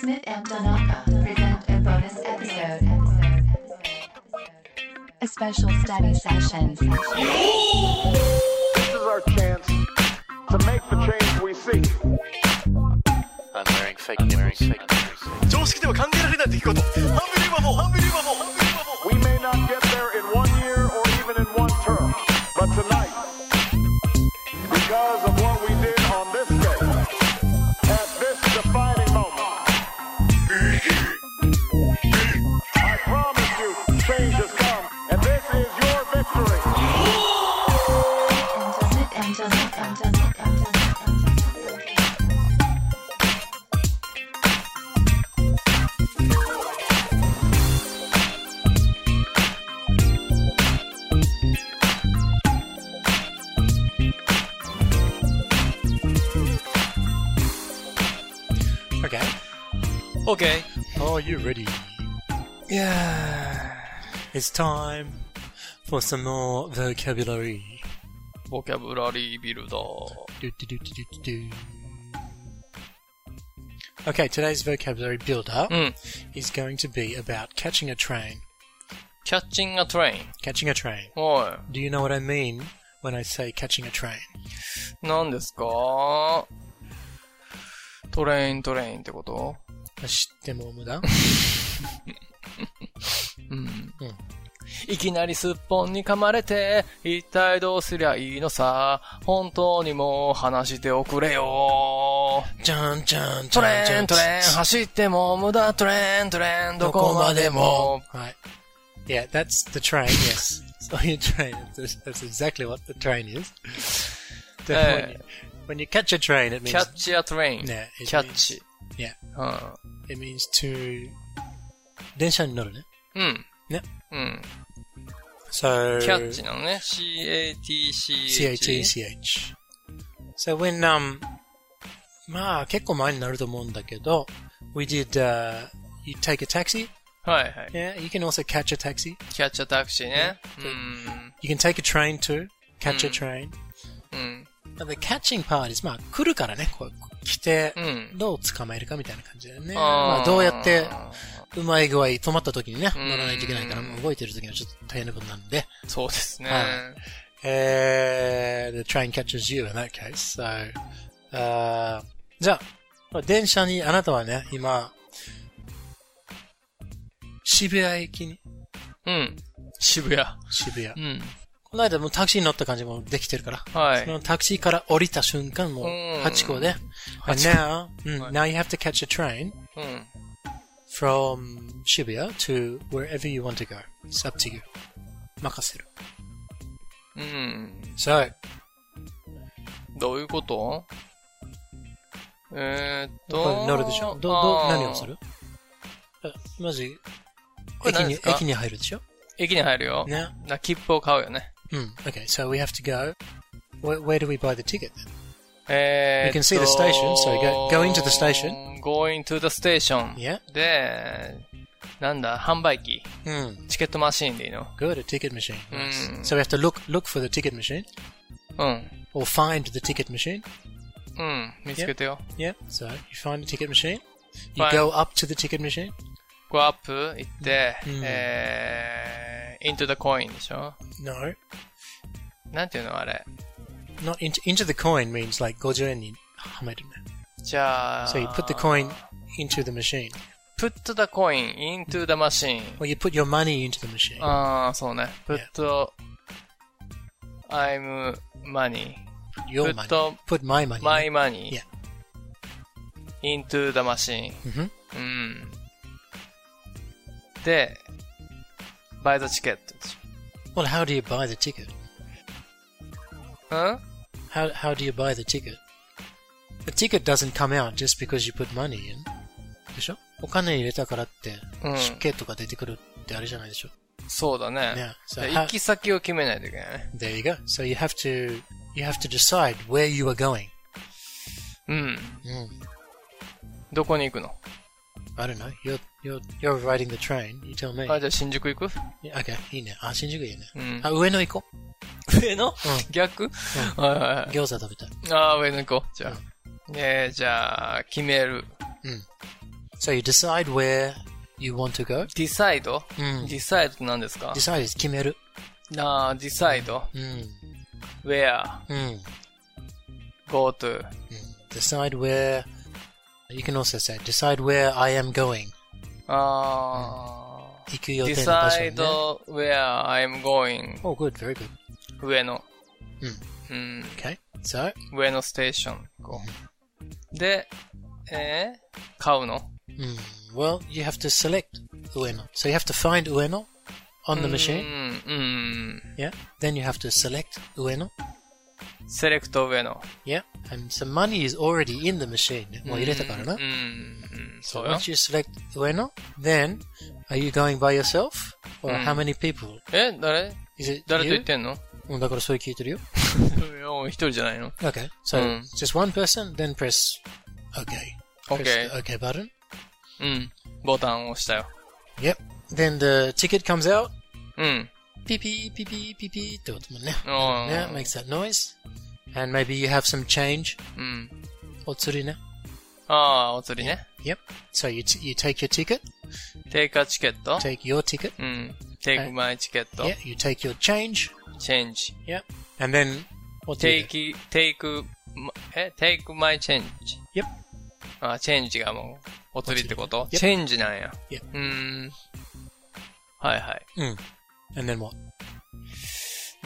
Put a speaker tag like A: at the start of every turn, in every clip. A: Smith and Donaka present a bonus episode. A special study session.
B: This is our chance to make the change we seek.
C: I'm wearing fake nipples.
D: 常識では考えられない出来事ハンビリーバボーハンビリーバボーハンビリーバボー
B: We may not get there in one year or even in one term, but tonight, because of what we did on this day, at this defining moment, I promise you, change has come, and this is your victory.
A: Smith and Donaka.
D: Okay.
C: Okay.
D: Are you ready? Yeah. It's time for some more vocabulary.
C: ボキャブラリービルダー。
D: Do, do, do, do, do, do, do. Okay, today's vocabulary builder
C: うん。
D: is going to be about catching a train.
C: Catching a train.
D: Catching a train.
C: は
D: Do you know what I mean when I say catching a train?
C: い。何ですかトレイントレインってこと
D: 知っても無駄
C: うん
D: うん。
C: いきなりすっぽんに噛まれて、一体どうすりゃいいのさ。本当にもう話しておくれよ。
D: じゃんじゃんじ
C: ト
D: ゃんじ
C: レ
D: ゃ
C: ン
D: ん。
C: トレン、走っても無駄トレントレン、どこまでも。
D: Right. Yeah, that's the train, yes. So your train, that's, that's exactly what the train is. So
C: Eh.
D: when, you, when you catch a train, it means,
C: キャッチアトレイン。
D: ね
C: キャッチ。
D: yeah,
C: うん。
D: it means to... 電車に乗るね。
C: うん。
D: ね。
C: うん。
D: So...
C: キャッチなのね。C-A-T-C-H。
D: C-A-T-C-H. So when, um... まあ、結構前になると思うんだけど、we did, uh, you take a taxi,
C: はいはい。
D: yeah, you can also catch a taxi,
C: キャッチャータクシーね。うん。
D: you can take a train too, catch a
C: うん
D: train.
C: うん。
D: なんで、キャッチングパーティーまあ、来るからね、こう、来て
C: う、ん。
D: どう捕まえるかみたいな感じだよね。
C: あー
D: まあ、どうやって、うまい具合、止まった時にね、
C: うん
D: 乗らないといけないから、もう動いてる時にはちょっと大変なことなんで。
C: そうですね。
D: はえー、the train catches you in that case, so, あーじゃあ、電車に、あなたはね、今、渋谷駅に、
C: うん。渋谷。
D: 渋谷
C: う。ん。
D: この間もうタクシーに乗った感じもできてるから。
C: はい
D: そ。のタクシーから降りた瞬間、もう
C: うん、
D: ハチ公で。
C: ハ
D: And
C: チ
D: now, うん
C: はい
D: now you have to catch a train
C: うん。
D: from Shibuya to wherever you want to go. It's up to you. 任せる。
C: うん。
D: So,
C: どういうことえーっと。
D: 乗るでしょど、ど
C: あ、ー
D: 何をするえまず、
C: これ
D: 駅
C: 何で
D: に
C: す、か
D: 駅に入るでしょ
C: 駅に入るよ。
D: ね。
C: な、切符を買うよね。
D: うん。Okay, so we have to go. Where, where do we buy the ticket?
C: えーっと。
D: You can see the station, so go- go into the station.
C: Going to the station.
D: Yeah.
C: で、なんだ、販売機。
D: Hmm.
C: チケットマシーンでいいの
D: Good, a ticket machine. Nice.
C: Mm.
D: So we have to look, look for the ticket machine
C: うん。
D: or find the ticket machine.
C: うん。見つけてよ。
D: Yeah. So you find the ticket machine. You
C: Fine.
D: go up to the ticket machine.
C: ゴーアップ行って、
D: うん
C: えー、into the coin でしょ
D: No.
C: なんていうのあれ。
D: Not into, into the coin means like Ah, 50円にはめるね。
C: じゃあ、
D: So you put the coin into the machine.
C: put the coin into the machine.
D: Or you put your money into the machine.
C: ああ、そうね。put I'm money.
D: your
C: put
D: money.
C: the-
D: put my money.
C: my money.
D: Yeah.
C: into the machine.
D: うん
C: うん。で、buy the ticket.
D: Well, how do you buy the ticket?
C: うん
D: How, how do you buy the ticket? The ticket doesn't come out just because you put money in. でしょお金入れたからって、
C: うん
D: 出家とか出てくるってあれじゃないでしょ。
C: そうだね。
D: Yeah. So
C: で行き先を決めないといけないね。
D: There you go. So you have to, you have to decide where you are going. Mm.
C: うん。
D: うん。
C: どこに行くの
D: I don't know. You're, you're, you're riding the train. You tell me.
C: あ、じゃあ新宿行く
D: Okay, Ah, いいね。あ、新宿いいね。
C: うん
D: あ、上野行こ
C: 上の
D: う。
C: 逆はいはいうは
D: ん。餃子食べたい。
C: い。ああ、上の行こう。じゃあ。えー、じゃあ、決める。
D: So you decide where you want to go.
C: decide?
D: うん
C: decide って何ですか
D: Decide is Hmm. 決める。
C: あー decide.
D: うん。
C: where,
D: うんうん。
C: go to.
D: Hmm. Decide where, you can also say, decide where I am going.
C: あ
D: 行く
C: ー
D: 予定の場所に
C: decide
D: ね。
C: where I'm going.
D: Oh, good, very good.
C: 上野。うん。
D: Okay. So,
C: 上野ステーション。こうで、えー、買うの
D: mm, well, you have to select Ueno. So you have to find Ueno on the
C: う
D: machine.
C: ん、うん。
D: Yeah. Then you have to select Ueno.
C: セレクト上野。
D: Yeah. And some money is already in the machine. もう入れたからな
C: うん、うん。そ
D: So
C: うよ
D: once。you select Ueno, then are you going by yourself? Or
C: うん
D: how many people?
C: え誰
D: Is it
C: 誰と
D: you?
C: 言ってんの
D: うんだからそれ聞いてるよ。
C: いやもう一人じゃないの
D: Okay. So
C: うん
D: just one person, then press OK.
C: ?OK
D: Press。the OK button.
C: うん。ボタンを押したよ。
D: Yep. Then the ticket comes out.
C: うん。
D: ピピピピピピって音もね。
C: ああ
D: Yeah, it makes that noise. And maybe you have some change
C: うん。
D: or tsurine.
C: ああ、お釣りね。
D: Yep. So you, t- you take your ticket,
C: 定価チケット
D: take your ticket.
C: うん。take my チケット
D: Yeah, you take your change.
C: change.
D: Yep. And then what do you do?
C: take, take, え take my change.
D: Yep.
C: あ、change がもう、お釣りってこと
D: お釣
C: ?change なんや。
D: Yep.
C: うーん。はいはい。
D: Mm. And then what?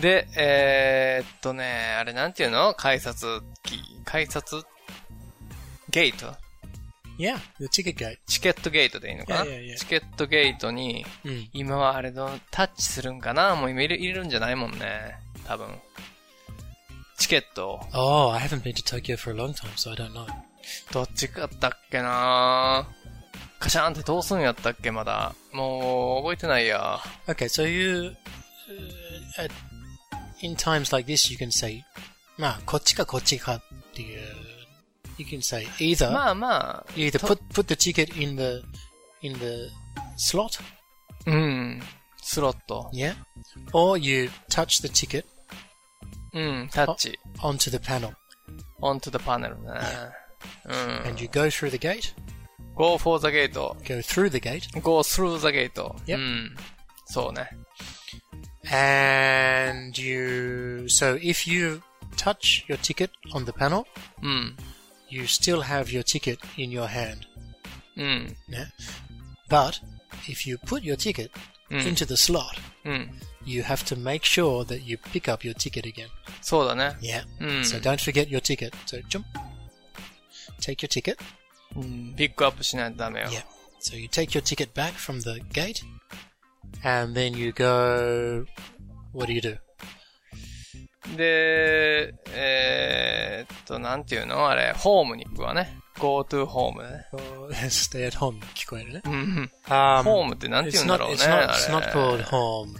C: で、えー、っとね、あれなんていうの改札機、改札ゲート
D: Yeah, the ticket gate.
C: チケットゲートでいいのかな
D: Yeah, yeah, yeah.
C: チケットゲートに、
D: Mm.
C: 今はあれのタッチするんかなもう今入れ入れるんじゃないもんね。多分。チケット。
D: Oh, I haven't been to Tokyo for a long time, so I don't know.
C: どっちかだったっけなカシャンってどうすんやったっけまだ。もう、覚えてないや。
D: Okay, so you, uh, at, in times like this, you can say, まあ、こっちかこっちかっていう uh, you can say either,
C: まあまあ、
D: you either put, put the ticket in the, in the slot,
C: うん。スロット。
D: yeah, or you touch the ticket
C: うん、タッチ。
D: onto the panel
C: オントゥパネルね。
D: and you go through the gate,
C: うん。go for the gate.
D: go through the gate,
C: go through the gate.
D: Yep.
C: うん。そうね。
D: and you, so if you touch your ticket on the panel,
C: うん。
D: you still have your ticket in your hand.
C: うん。
D: Yeah. But if you put your ticket into the slot,
C: うん。
D: you have to make sure that you pick up your ticket again.
C: そうだね。
D: Yeah.
C: Mm.
D: So don't forget your ticket. So jump. Take your ticket.
C: うん。ピックアップしないとダメよ。
D: Yeah. So you take your ticket back from the gate and then you go what do you do?
C: で、えー、っと、なんていうのあれ、ホームに行くわね。go to home ね。
D: stay at home
C: うん
D: Um,
C: ホームってなんて言
D: it's
C: うんだ
D: not
C: ろうね。
D: it's not it's
C: あ
D: not
C: れ
D: called home.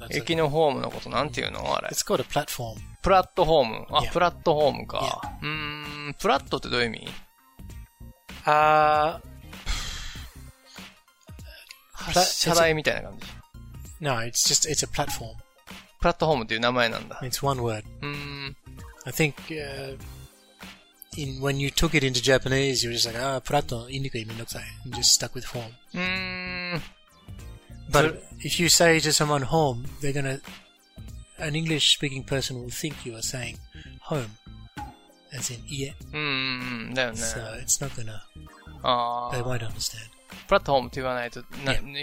D: That's
C: 駅のホームのことなんて言うのあれ
D: it.。It's called a platform.
C: プラットホーム。あ、
D: Yeah.
C: プラットホームか。うーん、プラットってどういう意味
D: Uh
C: は車台みたいな感じ。
D: no, it's just it's a platform.
C: プラットホームっていう名前なんだ。
D: It's one word.
C: うーん、
D: I think uh, in when you took it into Japanese, you were just like, ah, prato, indica, imendokusai, and just stuck with home.
C: うーん、
D: But if you say to someone home, they're gonna, an English speaking person will think you are saying home, as in ie,
C: うーん、だよね。
D: so it's not gonna,
C: ああ
D: they、won't understand.
C: プラットホームって言わないと、な、
D: Yeah.
C: に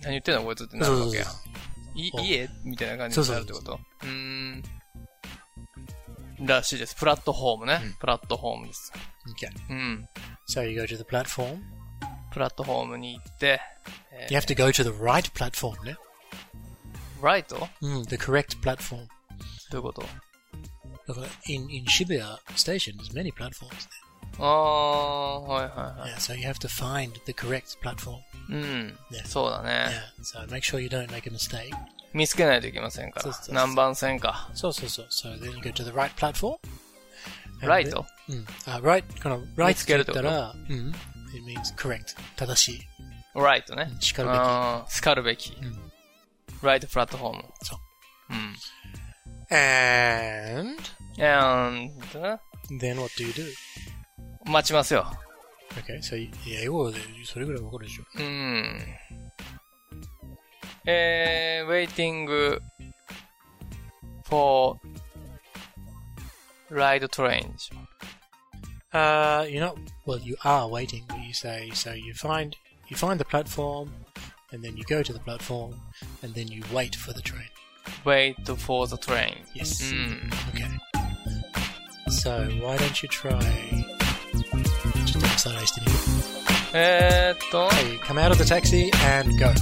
C: 何言ってんのこいつってなるわけや。い
D: そう
C: 家みたいな感じになるってことうーん。らしいです。プラットホームね。プラットホームです。
D: Okay.
C: うん。
D: So you go to the platform.
C: プラットホームに行って、え
D: You have to go to the right platform, no?
C: ライト
D: Mm, the correct platform.
C: どういうこと
D: Look, In, in Shibuya station, there's many platforms.
C: ああ、はいはいはい。
D: Yeah, so you have to find the correct platform.
C: うん。
D: Yeah.
C: そうだね
D: Yeah,。so make sure you don't make a mistake.
C: 見つけないといけませんか
D: そう
C: ら
D: そう。そう
C: 何番線か。
D: So, so, so. So then you go to the right platform. and
C: ライ
D: then-
C: ト
D: Mm, uh, right, kind of right.
C: 見つけるってこと？
D: って言ったら、mm, it means correct. 正しい。
C: ライトね。
D: しかるべき
C: あーしかるべき
D: ん。
C: ライトプラットフォーム。
D: そう。
C: うん。
D: And
C: And,
D: then what do you do?
C: 待ちますよ。
D: Okay, so, 英語でそれぐらいわかるでしょ。
C: うん。えー、waiting for ride train でしょ
D: Uh, you're not, well, you are waiting, but you say, so you find, you find the platform, and then you go to the platform, and then you wait for the train.
C: wait for the train.
D: Yes.
C: うん。
D: Okay. So, why don't you try, ちょっとおさらいしてみる。
C: えーっと、
D: Hey, come out of the taxi and go.